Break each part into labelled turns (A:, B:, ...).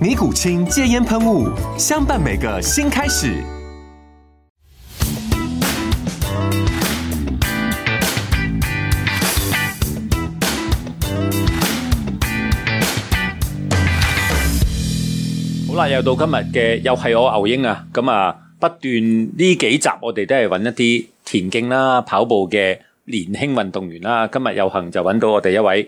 A: 尼古清戒烟喷雾，相伴每个新开始。
B: 好啦，又到今日嘅，又係我牛英啊！咁啊，不斷呢幾集我哋都係揾一啲田徑啦、跑步嘅年輕運動員啦。今日有幸就揾到我哋一位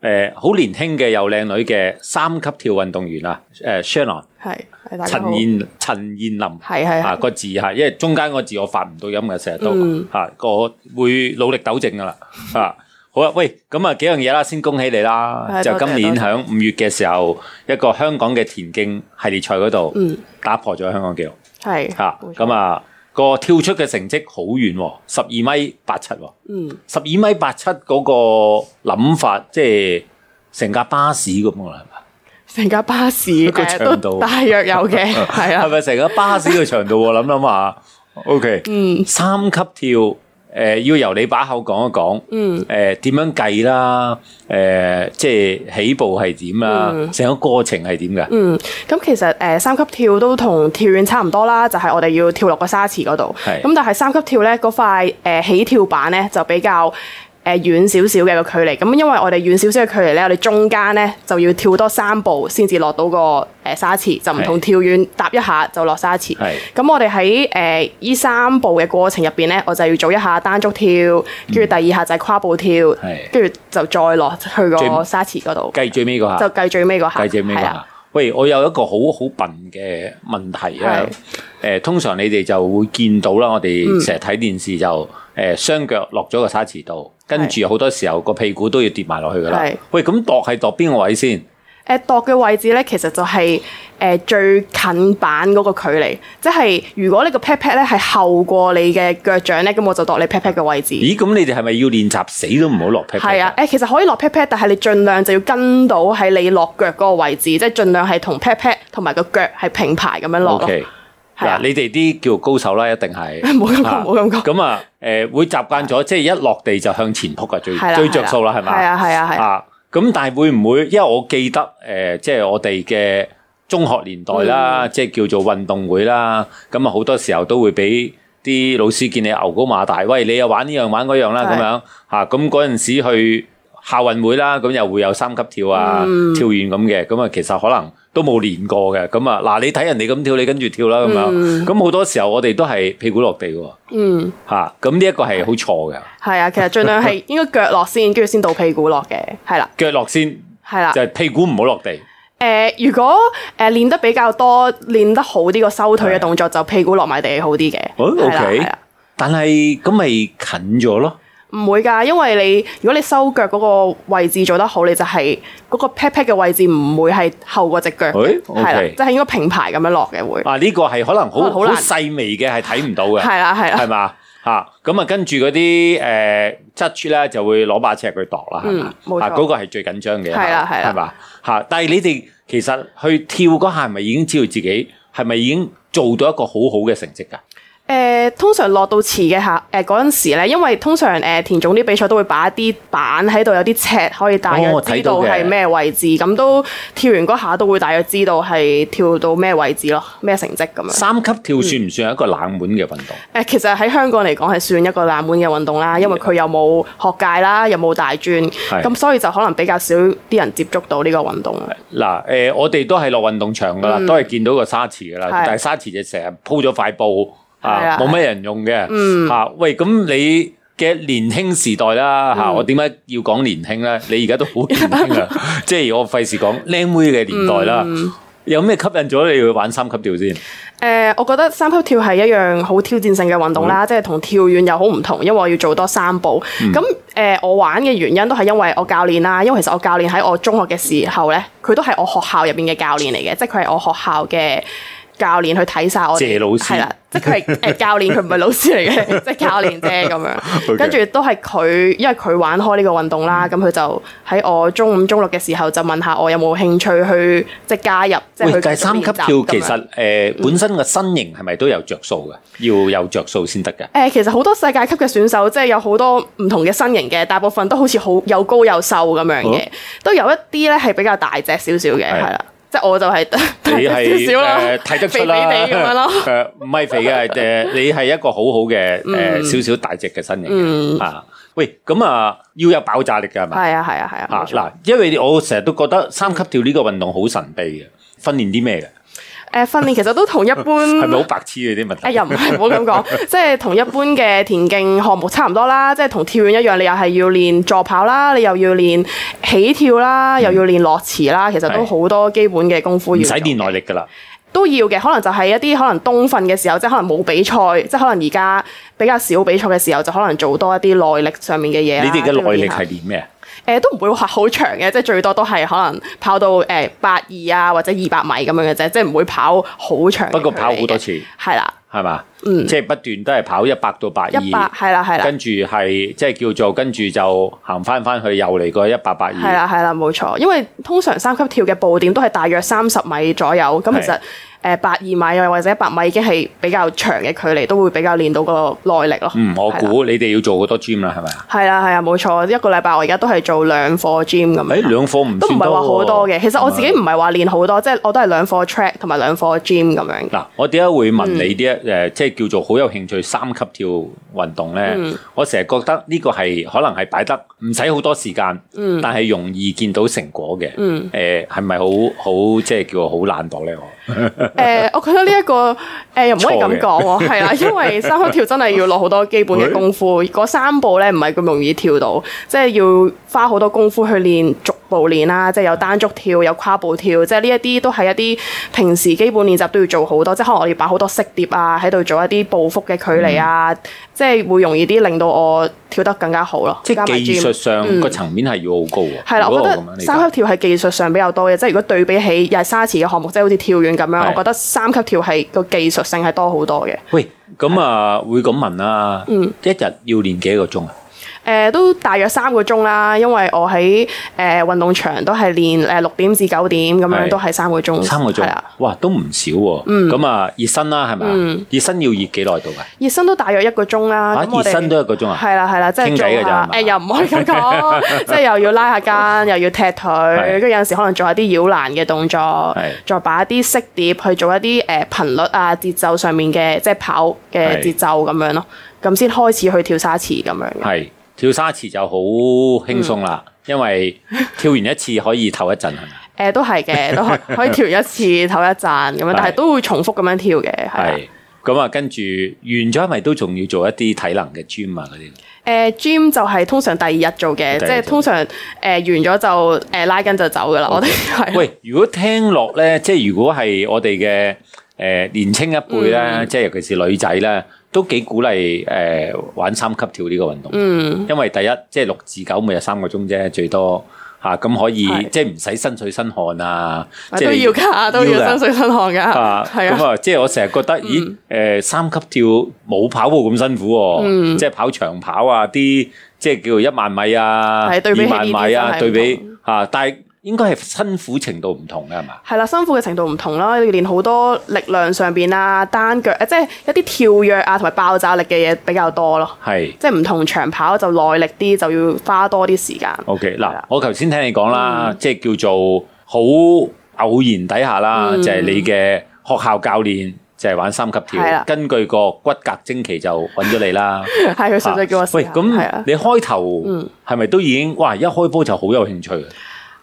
B: 誒好、年輕嘅又靚女嘅三級跳運動員啊！誒、Shannon
C: 係係大家
B: 陳
C: 好。
B: 燕陳燕林。
C: 係係
B: 啊
C: 係
B: 個字嚇，因為中間個字我發唔到音嘅，成日都
C: 嗯
B: 嚇個會努力糾正噶啦嚇。好啊，喂，咁啊幾樣嘢啦，先恭喜你啦！
C: 係
B: 就
C: 多謝
B: 今年
C: 多謝
B: 響五月嘅時候，一個香港嘅田徑系列賽嗰度
C: 嗯
B: 打破咗香港紀錄
C: 係
B: 嚇。
C: 冇錯
B: 咁啊個跳出嘅成績好遠喎，十二米八七喎，
C: 嗯
B: 十二米八七嗰個諗法，即係成架巴士咁噶啦，
C: 成架巴士
B: 個
C: 誒
B: 長度
C: 都大約有 嘅，係
B: 係咪？係
C: 啊，
B: 咪成架巴士嘅長度喎？諗諗下，OK。
C: 嗯
B: 三級跳，誒、要由你把口講一講，
C: 嗯
B: 誒、點樣計啦，誒、即係起步係點啦，
C: 嗯
B: 成、個過程係點嘅，
C: 嗯，咁其實誒、呃三級跳都同跳遠差唔多啦，就係、我哋要跳落個沙池嗰度。
B: 係
C: 咁但係三級跳咧嗰塊、呃、起跳板咧就比較。誒遠少少嘅個距離，咁因為我哋遠少少嘅距離咧，我哋中間咧就要跳多三步先至落到個誒、呃沙池，就唔同
B: 係
C: 跳遠踏一下就落沙池。
B: 係
C: 咁我哋喺誒依三步嘅過程入邊咧，我就要做一下單足跳，跟住第二下就係跨步跳
B: 係，
C: 跟住就再落去
B: 最
C: 個沙池嗰度，
B: 計最尾嗰
C: 就
B: 下，
C: 計最尾嗰下。
B: 計最尾嗰
C: 係啊
B: 下。喂，我有一個好好笨嘅問題啊！誒、通常你哋就會見到啦，我哋
C: 嗯
B: 成日睇電視就誒、雙腳落咗個沙池度，跟住好多時候個屁股都要跌埋落去噶啦
C: 係。
B: 喂，咁度係度邊個位先？
C: 誒度嘅位置咧，其實就係、誒最近板嗰個距離，即係如果你個 pat pat 咧係後過你嘅腳掌咧，咁我就度你 pat pat 嘅位置。
B: 咦，咁你哋係咪要練習死都唔好落屁股？
C: 係啊，誒其實可以落 pat pat，但係你盡量就要跟到喺你落腳嗰個位置，即係盡量係同 pat pat 同埋個腳係平排咁樣落
B: O
C: 咯。
B: K，
C: 係啊
B: 嗱，你哋啲叫高手啦，一定係
C: 冇咁講
B: 啊
C: 冇咁講
B: 咁啊，誒會習慣咗，即係一落地就向前撲嘅啊最
C: 係啦啊
B: 最着數啦，係嘛？
C: 係啊係啊係啊
B: 啊，咁但係會唔會？因為我記得誒，即係我哋嘅中學年代
C: 嗯
B: 啦，即係叫做運動會啦，咁啊好多時候都會俾。啲老師見你牛高馬大，喂，你又玩呢樣玩嗰樣啦，
C: 係
B: 咁樣嚇，咁嗰陣時去校運會啦，咁又會有三級跳啊、
C: 嗯
B: 跳遠咁嘅，咁啊其實可能都冇練過嘅，咁啊嗱，你睇人哋咁跳，你跟住跳啦咁樣，咁好多時候我哋都係屁股落地喎，
C: 嗯，
B: 嚇，咁呢一個係好錯嘅，
C: 係啊，其實盡 量係應該腳落先，跟住先到屁股落嘅，係啦，
B: 腳落先
C: 係啦
B: 就。係屁股唔好落地，
C: 誒、呃如果誒、練得比較多，練得好啲個收腿嘅動作，就屁股落埋地好啲嘅。
B: 哦
C: 係啦
B: ，OK
C: 係啦嗯
B: 但係咁咪近咗咯，
C: 唔會㗎，因為你如果你收腳嗰個位置做得好，你就係嗰個 pat pat 嘅位置唔會係後過只腳嘅，
B: 誒，OK 哎
C: 係啦，即係應該平排咁樣落嘅會，
B: 啊呢個係可能好
C: 可能
B: 好
C: 好難
B: 細微嘅係睇唔到嘅，
C: 係啦係
B: 係
C: 啦，
B: 嘛嚇？咁啊，跟住嗰啲誒質柱咧就會攞把尺去度啦，係嘛
C: 嗯冇錯
B: 啊嗰個係最緊張嘅，
C: 係啦係啦
B: 係嘛嚇？但係你哋其實去跳嗰下，係咪已經知道自己係咪已經做到一個好好嘅成績㗎？
C: 誒、通常落到池嘅下誒嗰陣時咧，因為通常誒、田總啲比賽都會擺一啲板喺度，有啲尺可以大約
B: 哦睇
C: 知
B: 到
C: 道
B: 嘅
C: 係咩位置，咁、都跳完嗰下都會大約知道係跳到咩位置咯，咩成績咁樣。
B: 三級跳算唔算係一個冷門嘅運動？
C: 誒，呃其實喺香港嚟講係算一個冷門嘅運動啦，因為佢又冇學界啦，又冇大專，
B: 係
C: 咁所以就可能比較少啲人接觸到呢個運動。啊
B: 嗱，誒、我哋都係落運動場㗎啦，都係見到個沙池㗎啦，
C: 係
B: 但係沙池就成日鋪咗塊布
C: 係
B: 啊
C: 啊
B: 冇乜人用嘅。
C: 嗯
B: 吓喂，咁你嘅年輕時代啦吓，我點解要講年輕咧？你而家都好 年輕啊，即係我費事講靚妹嘅年代啦。有咩吸引咗你去玩三級跳先？
C: 誒、呃我覺得三級跳係一樣好挑戰性嘅運動
B: 嗯
C: 啦，即係同跳遠又好唔同，因為我要做多三步。咁誒、呃我玩嘅原因都係因為我教練啦，因為其實我教練喺我中學嘅時候咧，佢都係我學校入邊嘅教練嚟嘅，即係佢係我學校嘅教練去睇晒我哋。
B: 謝老師
C: 係啦，即係佢係 誒教練，佢唔係老師嚟嘅，即係教練啫咁
B: OK 嗯
C: 樣。跟住都係佢，因為佢玩開呢個運動啦，咁佢就喺我中五、中六嘅時候就問下我有冇興趣去即係加入，即係
B: 喂，
C: 去繼
B: 但係
C: 續
B: 三級
C: 練習
B: 跳
C: 咁
B: 其
C: 樣
B: 實诶本身個身形係咪都有着數嘅？要有着數先得嘅。
C: 誒、其實好多世界級嘅選手，即係有好多唔同嘅身形嘅，大部分都好似好又高又瘦咁樣嘅，
B: 好
C: 都有一啲咧係比較大隻少少嘅，
B: 哦係
C: 係啦。即係我就係大
B: 你係
C: 隻少少啦，
B: 誒睇得出啦，
C: 肥肥地咁 樣咯。
B: 誒唔係肥嘅，誒你係一個好好嘅
C: 嗯
B: 誒少少大隻嘅身形嘅啊。喂，咁啊要有爆炸力㗎係咪？
C: 係啊，係啊，係
B: 啊
C: 啊。誒、
B: 嗱，因為我成日都覺得三級跳呢個運動好神秘嘅，訓練啲咩嘅？
C: 訓練其實都同一般
B: 係咪好白痴嘅啲問
C: 誒
B: 題？
C: 又唔係唔好咁講， 即係同一般嘅田徑項目差唔多啦，即係同跳遠一樣，你又係要練助跑啦，你又要練起跳啦，又要練落池啦，其實都
B: 係
C: 好多基本嘅功夫
B: 唔
C: 要
B: 使
C: 做
B: 練耐力㗎啦，
C: 都要嘅，可能就係一啲可能冬訓嘅時候，即係可能冇比賽，即係可能而家比較少比賽嘅時候，就可能做多一啲耐力上面嘅嘢啦。
B: 你哋嘅耐力
C: 即
B: 係
C: 係練下
B: 練咩？
C: 誒都唔會話好長嘅，即係最多都係可能跑到誒八二啊或者二百米咁樣嘅啫，即係唔會跑好長嘅距離嘅。
B: 不過跑好多次
C: 係啦，
B: 係嘛？
C: 嗯
B: 即係不斷都係跑一百到百
C: 一百
B: 二。
C: 係啦係啦
B: 跟住係即係叫做跟住就行翻翻去又嚟個一百八
C: 係
B: 二，
C: 啦係啦，冇錯。因為通常三級跳嘅步點都係大約三十米左右，咁其
B: 係
C: 實誒八二米啊又或者一百米已經係比較長嘅距離，都會比較練到個耐力咯。
B: 嗯，我
C: 係啦
B: 估你哋要做好多 gym 啦，係咪啊？
C: 係啦，係啊，冇錯。一個禮拜我而家都係做兩課 gym
B: 誒
C: 咁樣，
B: 兩課唔
C: 都唔
B: 算
C: 係話好
B: 喎
C: 多
B: 嗯
C: 嘅。其實我自己唔係話練好多，即係我都係兩課 track 同埋兩課 gym 咁樣。
B: 嗱，我點解會
C: 嗯
B: 問你啲誒、即係叫做好有興趣三級跳運動咧？
C: 嗯
B: 我成日覺得呢個係可能係擺得唔使好多時間，
C: 嗯
B: 但係容易見到成果嘅。誒係咪好好即係叫好懶惰咧？我
C: 誒，呃我覺得呢一個誒又唔可以
B: 錯嘅
C: 咁講喎，係啦，因為三級跳真係要落好多基本嘅功夫，嗰三步咧唔係咁容易跳到，即係要花好多功夫去練，逐步練啦，即係有單足跳，有跨步跳，即係呢一啲都係一啲平時基本練習都要做好多，即係可能我要擺好多色碟啊，喺度做一啲步幅嘅距離啊，
B: 嗯
C: 即係會容易啲令到我跳得更加好咯。
B: 即
C: 加埋
B: 係技
C: gym 嗯
B: 術上個層面係要好高喎。
C: 係啦，
B: 如
C: 我
B: 果
C: 覺
B: 咁樣
C: 得
B: 理解
C: 三級跳係技術上比較多嘅，即係如果對比起又係沙池嘅項目，即係好似跳遠咁
B: 係
C: 樣，我覺得三級跳係個技術性係多好多嘅。誒、
B: 喂，咁啊會咁問啦，
C: 嗯
B: 一日要練幾個鐘啊？
C: 都大約三個鐘啦，因為我喺誒、運動場都係練誒六點至九點咁
B: 係
C: 樣，都係三個鐘。
B: 三個
C: 係
B: 鐘
C: 啊，，嗯
B: 哇，都唔少喎。咁啊，熱身啦，係咪啊？熱身要熱幾耐到㗎？
C: 熱身都大約一個鐘啦。
B: 啊
C: 咁我哋
B: 熱身都一個鐘啊
C: 係啦係啦，即
B: 傾偈
C: 係做
B: 嘅咋係
C: 下
B: 嘛
C: 誒又唔可以咁講， 即係又要拉下筋，又要踢腿，跟住有陣時可能做下啲繞欄嘅動作
B: 係，
C: 再擺一啲色碟去做一啲誒頻率啊節奏上面嘅即係跑嘅
B: 係
C: 節奏咁樣咯，咁先開始去跳沙池咁樣嘅。
B: 係跳沙池就好輕鬆啦，
C: 嗯
B: 因 為跳完一次可以唞一陣，係咪？
C: 誒都係嘅，都可 可以跳一次唞一陣咁樣，但
B: 係
C: 係都會重複咁樣跳嘅，係啊。
B: 係咁啊，跟住完咗，係咪都仲要做一啲體能嘅 gym 啊嗰啲？
C: 誒、gym 就係通常第二日做嘅，
B: 第
C: 即
B: 二日
C: 係
B: 做
C: 通常誒、完咗就誒、拉筋就走噶啦，我哋係。啊
B: 喂，如果聽落咧，即係如果係我哋嘅誒年青一輩咧，
C: 嗯
B: 即係尤其是女仔咧，都幾鼓勵誒、呃玩三級跳呢個運動。嗯，因為第一即係六至九每日三個鐘啫，最多嚇咁、可以
C: 係
B: 即係唔使身水身汗啊，即係
C: 都
B: 你
C: 要㗎，都要
B: 㗎
C: 身水身汗㗎，
B: 啊，
C: 係
B: 咁
C: 啊，
B: 啊，即係我成日覺得，咦，誒三級跳冇跑步咁辛苦
C: 嗯
B: 喎，即係跑長跑啊，啲即係叫做一萬米啊，
C: 係對比
B: 二萬
C: 起呢啲
B: 米啊，對
C: 真係唔
B: 比嚇，但係應該係辛苦程度唔同嘅係嘛？
C: 係啦，辛苦嘅程度唔同啦，要練好多力量上邊啊、單腳，即係一啲跳躍啊同埋爆炸力嘅嘢比較多咯，
B: 係。
C: 即係唔同長跑就耐力啲，就要花多啲時間。
B: OK，
C: 係
B: 嗱
C: 啦，嗯
B: 我頭先聽你講啦，即係叫做好偶然底下啦，
C: 嗯
B: 就係你嘅學校教練就係玩三級
C: 係
B: 跳
C: 啦，
B: 根據個骨骼精奇就揾咗你啦。
C: 係佢純粹叫我
B: 啊
C: 試
B: 喂，
C: 下係
B: 咁
C: 啊，
B: 你開頭係咪都已經哇一開波就好有興趣嘅？啊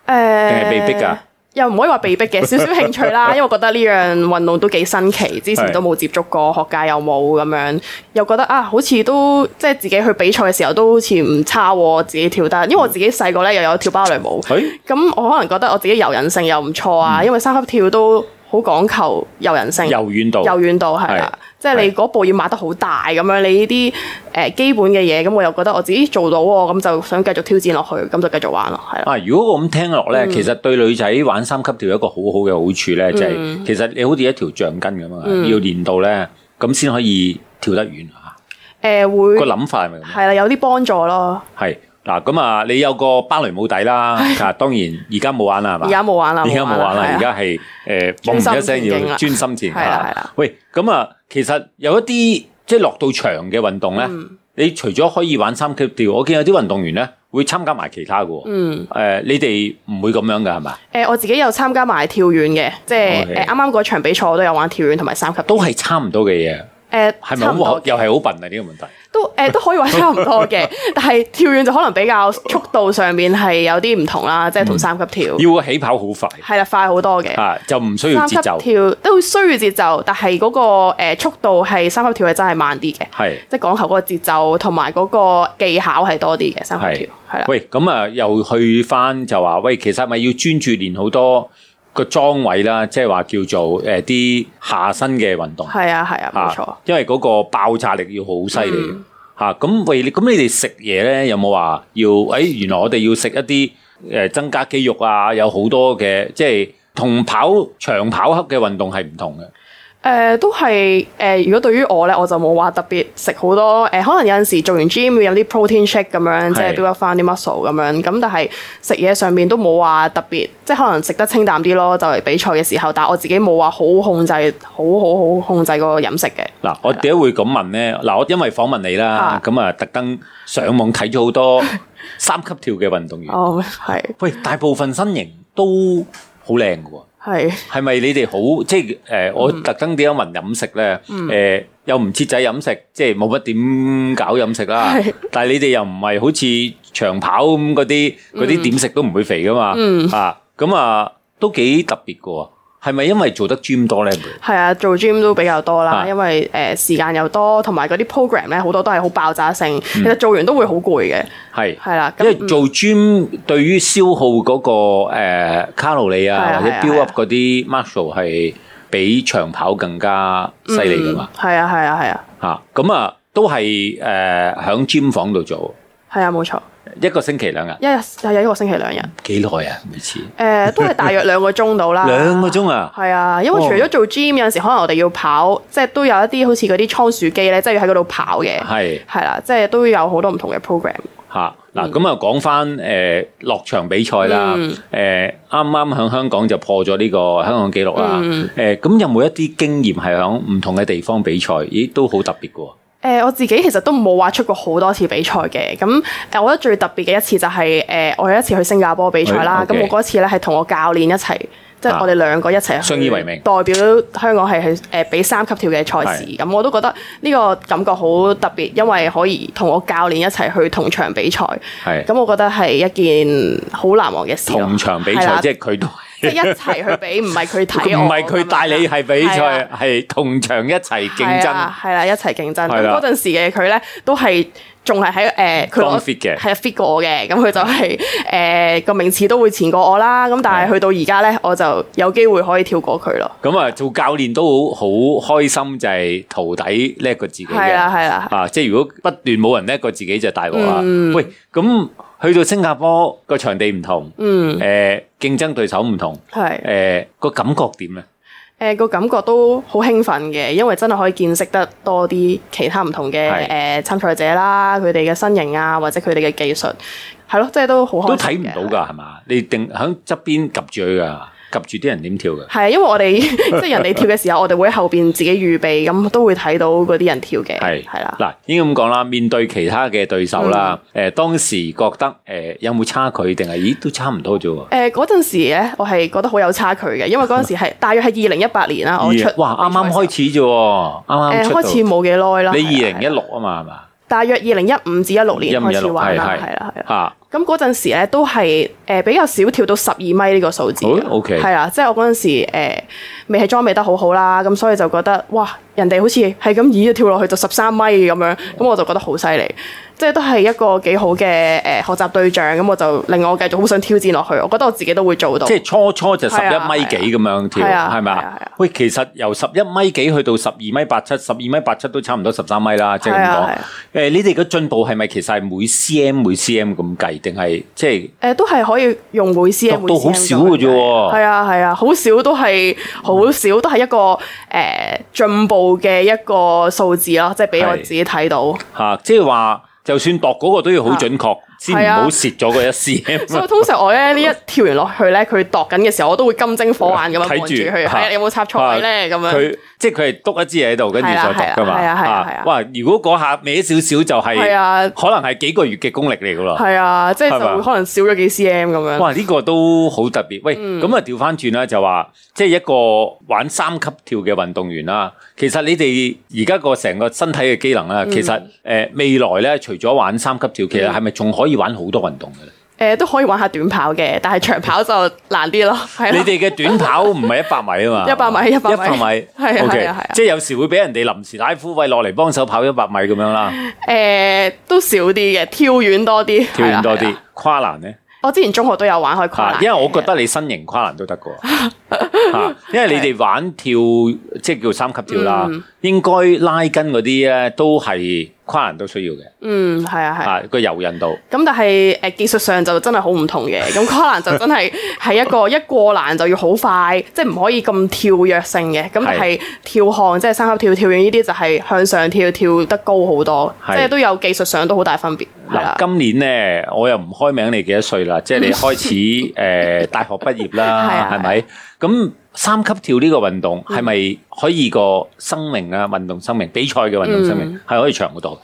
C: 誒
B: 定係被逼㗎？
C: 呃又唔可以話被 逼嘅，少少興趣啦，因為我覺得呢樣運動都幾新奇，之前都冇接觸過，學界又冇咁樣，又覺得啊，好似都即係自己去比賽嘅時候都好似唔差喎，自己跳得，因為我自己細個咧又有跳芭蕾舞，咁、
B: 係
C: 我可能覺得我自己柔韌性又唔錯啊，因為三級跳都好講求柔韌性。
B: 嗯柔軟度，
C: 柔軟度係啦，即係你嗰步要抹得好大咁樣，你呢啲誒基本嘅嘢，咁我又覺得我自己做到喎，咁就想繼續挑戰落去，咁就繼續玩咯，係啦。
B: 啊！如果我咁聽落
C: 嗯
B: 咧，其實對女仔玩三級跳有一個好好嘅好處咧，就
C: 嗯
B: 係其實你好似一條橡筋咁啊，要練到咧，咁先可以跳得遠啊。個
C: 誒會
B: 諗法係咪咁？
C: 係啦，有啲幫助咯。
B: 係嗱，咁啊，你有個芭蕾舞底啦，啊，當然而家冇玩啦，係嘛？
C: 而家冇玩啦，
B: 而家冇玩啦，而
C: 係啊
B: 家係誒
C: 專心
B: 嘣一聲
C: 前進
B: 要
C: 啦
B: 專心前
C: 係啦
B: 下
C: 係啦
B: 喂，咁啊，其實有一啲即係落到場嘅運動咧，
C: 嗯
B: 你除咗可以玩三級跳，我見有啲運動員咧會參加埋其他嘅喎。嗯。誒，你哋唔會咁樣㗎係嘛？
C: 誒我自己有參加埋跳遠嘅，即係
B: OK
C: 誒啱啱嗰場比賽我都有玩跳遠同埋三級，
B: 哦都係差唔多嘅嘢，
C: 誒
B: 係咪好
C: 差唔多
B: 又係好笨啊？呢個問題
C: 都誒都 可以話差唔多嘅，但係跳遠就可能比較速度上面係有啲唔同啦，即
B: 嗯
C: 係同三級跳
B: 要起跑好快
C: 係啦快好多嘅。
B: 啊，就唔需要
C: 三級
B: 節奏，
C: 跳都需要節奏，但係嗰、個、呃、速度係三級跳係真係慢啲嘅，
B: 係。
C: 即係講求嗰個節奏同埋嗰個技巧係多啲嘅三級
B: 係
C: 跳，係啦。
B: 喂，咁啊，又去翻就話，喂，其實咪要專注練好多個裝位啦，即係話叫做誒啲、下身嘅運動，
C: 係啊，係啊，冇錯嗯
B: 啊。因為嗰個爆炸力要好犀利嘅嚇。咁、喂，你咁你哋食嘢咧有冇話要？誒、原來我哋要食一啲誒、增加肌肉啊，有好多嘅，即係同跑長跑級嘅運動係唔同嘅。
C: 誒、呃都係誒、呃如果對於我咧，我就冇話特別食好多誒、呃可能有陣時做完 gym 要有啲 protein shake 咁樣，即係 build up 翻啲 muscle 咁樣。咁但係食嘢上面都冇話特別，即係可能食得清淡啲咯。就嚟比賽嘅時候，但係我自己冇話好控制，好好好控制個飲食嘅。
B: 嗱，我點解會咁問咧？嗱，我因為訪問你啦
C: 啊，
B: 咁啊特登上網睇咗好多三級跳嘅運動員。
C: 哦，係
B: 喂，大部分身形都好靚嘅喎，
C: 係。
B: 係咪你哋好即係誒、呃我特登點樣問飲食咧？誒、又唔節制飲食，即係冇乜點搞飲食啦
C: 係。
B: 但係你哋又唔係好似長跑咁嗰啲嗰啲點食都唔會肥噶嘛？啊，咁啊都幾特別嘅喎。係咪因為做得 gym 多咧？
C: 係啊，做 gym 都比較多啦
B: 啊，
C: 因為誒、呃、時間又多，同埋嗰啲 program 咧好多都係好爆炸性，其實做完都會好攰嘅，
B: 係。
C: 係啦。
B: 嗯因為
C: 咁
B: 做 gym 對於消耗嗰、個、呃、卡路里
C: 係
B: 啊，
C: 啊
B: 或者
C: 係啊
B: build
C: 係
B: up 嗰啲 muscle 係比長跑更加犀利噶嘛
C: 嗯係啊係啊係啊
B: 嚇，咁啊都係誒呃喺 gym 房度做
C: 係啊冇錯，
B: 一個星期兩日，
C: 一日係一個星期兩日，誒、
B: 幾耐啊？每次
C: 都係大約兩個鐘到啦。
B: 兩個鐘啊！
C: 係啊，因為除咗做 gym 有陣時，可能我哋要跑，即係都有一啲好似嗰啲倉鼠機咧，即係要喺嗰度跑嘅，
B: 係
C: 係啦，即係都有好多唔同嘅 program。
B: 嚇
C: 嗯
B: 嗱，咁啊講翻誒落場比賽啦，誒啱啱喺香港就破咗呢個香港紀錄啦。
C: 嗯
B: 誒咁有冇一啲經驗係喺唔同嘅地方比賽？咦，都好特別嘅喎。
C: 誒、呃我自己其實都冇話出過好多次比賽嘅，咁誒、我覺得最特別嘅一次就係、誒、我有一次去新加坡比賽啦，
B: 係，OK 哦
C: 咁、我嗰次咧係同我教練一齊，即係
B: 啊
C: 我哋兩個一齊去
B: 相依為命
C: 代表香港係去誒比三級跳嘅賽事，
B: 係
C: 咁我都覺得呢個感覺好特別，因為可以同我教練一齊去同場比賽，
B: 係
C: 咁我覺得係一件好難忘嘅事咯。
B: 同場比
C: 係
B: 賽
C: 啦
B: 即係佢都
C: 即係啊一齊去比，唔係佢睇我，
B: 唔係佢帶你係比
C: 係
B: 賽
C: 啊，
B: 係同場一齊競
C: 係啊
B: 爭
C: 啦，。係啦，一齊競
B: 係
C: 爭。咁
B: 啦
C: 嗰陣時嘅佢咧，都係仲係喺誒，佢
B: 當
C: 攞
B: fit 嘅
C: 係啊 fit 過我嘅。咁佢就係 誒個名次都會前過我啦。咁但係去到而家咧，我就有機會可以跳過佢咯。
B: 咁啊，做教練都好好開心，就係徒弟叻過自己嘅。
C: 係啦，係嗯啦。
B: 啊，即係如果不斷冇人叻過自己就大鑊啦。啊喂，咁去到新加坡個場地唔同，
C: 嗯，
B: 誒競爭對手唔同，
C: 係
B: 誒個感覺點咧？
C: 誒個感覺都好興奮嘅，因為真係可以見識得多啲其他唔同嘅
B: 係
C: 誒參賽者啦，佢哋嘅身形啊，或者佢哋嘅技術，係咯，即係都好
B: 都
C: 開
B: 睇
C: 心
B: 唔
C: 嘅
B: 到㗎係嘛？你定喺側邊及住佢㗎，及住啲人點跳㗎？
C: 係啊，因為 我哋即係人哋跳嘅時候，我哋會喺後邊自己預備，咁都會睇到嗰啲人跳嘅，
B: 係
C: 係啦。嗯
B: 嗱，應該咁講啦。面對其他嘅對手啦，誒、當時覺得誒、有冇差距定係咦都差唔多啫喎。
C: 誒嗰陣時咧，我係覺得好有差距嘅，因為嗰陣時係大約係二零一八年啦，我出
B: 哇，啱啱開始啫喎，啱啱
C: 誒
B: 出
C: 開始
B: 道。
C: 冇幾耐啦。
B: 你二
C: 係啊啦
B: 啊零一六啊嘛係嘛？
C: 大約二零一五至一六年開始
B: 1516
C: 玩啦，啊
B: 係係
C: 係啦係啦。
B: 吓，
C: 咁嗰陣時咧都係誒、呃比較少跳到十二米呢個數字嘅
B: 哦，OK
C: 係啦，即係我嗰陣時、呃、未係裝備得好好啦，咁所以就覺得哇，人哋好似係咁咦跳落去就十三米咁
B: 哦
C: 樣，咁我就覺得好犀利，即係都係一個幾好嘅誒、呃、學習對象，咁我就令我繼續好想挑戰落去，我覺得我自己都會做到。
B: 即係初初就十
C: 係啊
B: 一米幾咁樣跳，
C: 係啊
B: 係咪
C: 係啊係
B: 啊
C: 啊？
B: 喂，其實由十一米幾去到十二米八七，十二米八七都差唔多十三米啦，即係
C: 係
B: 咁
C: 啊係
B: 講
C: 啊。
B: 誒，你哋嘅進步係咪其實係每 cm 每 cm 咁計，定係即係？
C: 誒、呃都係可以用每 C
B: 讀
C: M
B: 到好少嘅啫喎
C: 係啊係啊，好、少都係好少都係一個誒、呃、進步嘅一個數字咯，即係俾我
B: 係
C: 自己睇到。
B: 吓、即係話就算度嗰個都要好準確，先唔
C: 係啊
B: 好蝕咗個一 cm
C: 所以通常我咧呢一跳完落去咧，佢度緊嘅時候，我都會金睛火眼咁樣望住佢，係
B: 嚇
C: 啊有冇插錯位咧咁
B: 啊
C: 樣。
B: 佢即係佢係篤一支嘢喺度，跟住
C: 係
B: 再
C: 啦
B: 篤噶嘛。
C: 係啊係啊係啊
B: 嚇
C: 係啊
B: 哇！如果嗰下歪少少就係、
C: 係啊
B: 可能係幾個月嘅功力嚟噶啦。
C: 係啊，即係就
B: 係
C: 會
B: 嘛
C: 可能少咗幾 cm 咁樣。
B: 哇！呢、個都好特別。喂，
C: 嗯
B: 咁啊調翻轉啦，就話即係一個玩三級跳嘅運動員啦。其實你哋而家個成個身體嘅機能
C: 嗯
B: 啦，其實誒、呃未來咧，除咗玩三級跳，其實係咪仲可以玩好多運動嘅咧？
C: 誒都可以玩下短跑嘅，但係長跑就難 啲咯。係
B: 你
C: 啦，
B: 哋嘅短跑唔係一百米啊嘛，
C: 100米100米
B: 一百米，
C: 係啊
B: OK，
C: 係啊係啊
B: 即係有時會俾人哋臨時拉夫喂落嚟幫手跑一百米咁樣啦，
C: 誒都少啲嘅，跳遠多啲，
B: 跳遠多
C: 係啦啊
B: 啲。，跨欄咧
C: 我之前中學都有玩開
B: 嚇
C: 跨欄，嘅啊
B: 因為我覺得你身形跨欄都得 嘅喎嚇，因為你哋玩跳即係叫三級跳啦，
C: 嗯
B: 應該拉筋嗰啲咧都係跨欄都需要嘅
C: 嗯係啊係啊。
B: 嚇個柔韌度。
C: 咁但係誒技術上就真係好唔同嘅， 咁跨欄就真係係一個一過欄就要好快，即係唔可以咁跳躍性嘅。咁但係跳項即係三級跳、跳遠呢啲就係向上跳，跳得高好多，即
B: 係
C: 係都有技術上都好大分別。係啦
B: 嗱，，今年咧，我又唔開名你幾多歲 啦，即係你開始誒、呃大學畢業
C: 係
B: 啦
C: 啊，嗯
B: 係咪？咁三級跳呢個運動係咪可以個生命啊，運動生命比賽嘅運動生
C: 嗯
B: 命係可以長好多？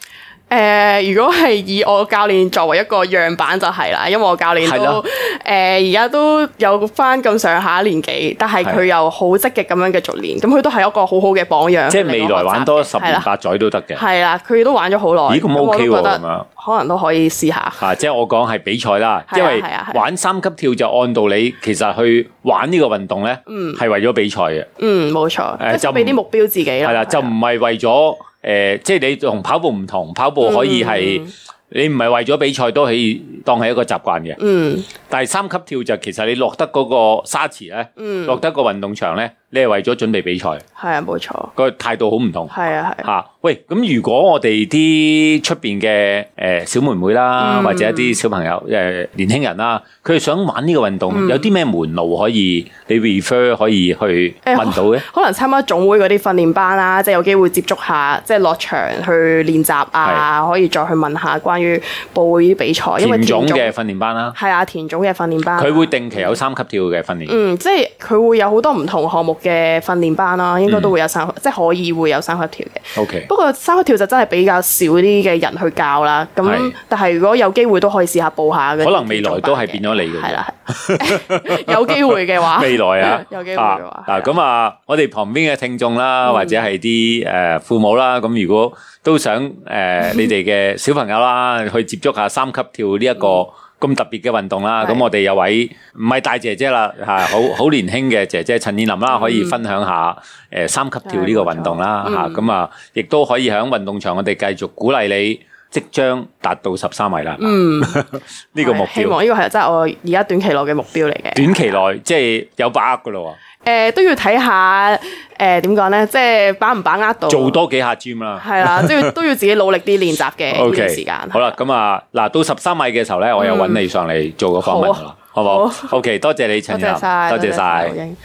C: 誒、如果係以我教練作為一個樣板就係啦，因為我教練
B: 係啦
C: 都誒而家都有翻咁上下年紀，但係
B: 係
C: 佢又好積極咁樣嘅續練，咁佢都係一個好好嘅榜樣。
B: 即係未來玩多十
C: 係
B: 年
C: 啦
B: 八載都得嘅
C: 係啦，佢都玩咗好耐。
B: 咦咁
C: 我都
B: OK 喎
C: 覺得
B: 咁樣
C: 可能都可以試下。
B: 嚇！啊即係我講係比賽啦，
C: 係啊
B: 因為
C: 係啊係啊
B: 玩三級跳就按道理其實去玩呢個運動咧，係為咗比賽嘅，
C: 嗯，冇錯，
B: 誒
C: 即
B: 就唔
C: 係俾啲目標自己啦。啊
B: 係啦，就唔係為咗誒，即係你同跑步唔同，跑步可以係
C: 嗯
B: 你唔係為咗比賽都可以當係一個習慣嘅。
C: 嗯
B: 但係三級跳就其實你落得嗰個沙池咧，
C: 嗯
B: 落得個運動場咧，你係為咗準備比賽，
C: 係啊，冇錯，
B: 個態度好唔同
C: 係啊係
B: 嚇、喂，咁如果我哋啲出邊嘅誒小妹妹
C: 嗯
B: 啦，或者一啲小朋友誒、呃年輕人啦，佢哋想玩呢個運動，
C: 嗯
B: 有啲咩門路可以你 refer 可以去
C: 誒
B: 問到嘅？
C: 可能參加總會嗰啲訓練班啦，即係有機會接觸下，即係落場去練習啊，可以再去問下關於報呢啲比賽，因為
B: 田總
C: 田總
B: 嘅訓練班啦，
C: 係啊，田總嘅訓練班，
B: 佢會定期有三級跳嘅訓練。
C: 嗯，即係佢會有好多唔同項目嘅訓練班啦，應該都會有三，即係可以會有三級跳嘅。
B: OK，
C: 不過三級跳就真係比較少啲嘅人去教啦。
B: 係
C: 咁但係如果有機會都可以試下報下嘅。
B: 可能未來都係變咗你嘅
C: 係啦， 係有機會嘅話，
B: 未來啊
C: ，有機會嘅
B: 啊
C: 話，
B: 嗱咁啊，我哋旁邊嘅聽眾啦，或者係啲誒父母啦，咁如果都想誒、 呃你哋嘅小朋友啦，去接觸下三級跳呢一個咁特別嘅運動啦，
C: 係
B: 咁我哋有位唔係大姐姐啦，嚇，好 好年輕嘅姐姐陳燕琳啦，可以分享下誒三級跳呢個運動啦，
C: 係冇錯
B: 嚇，
C: 嗯
B: 咁啊，亦都可以喺運動場，我哋繼續鼓勵你。即將達到十三米啦，係嘛
C: 嗯，
B: 呢個目
C: 希
B: 標
C: 望呢個係真係我而家短期內嘅目標嚟嘅。
B: 短期內即係有把握噶咯
C: 誒都要睇下誒點講咧，即係把唔把握到
B: 喎，做多幾下 gym 啦。
C: 係啦，都要都要自己努力啲練習 嘅
B: O
C: 呢
B: K，
C: 段時間。
B: 好啦，咁啊，嗱，到十三米嘅時候咧，我又揾你上嚟做個訪問㗎啦，嗯好唔好
C: 好
B: ？O K，多謝你
C: 多
B: 陳
C: 謝
B: 燕
C: 晒，
B: 多謝晒
C: 胡。英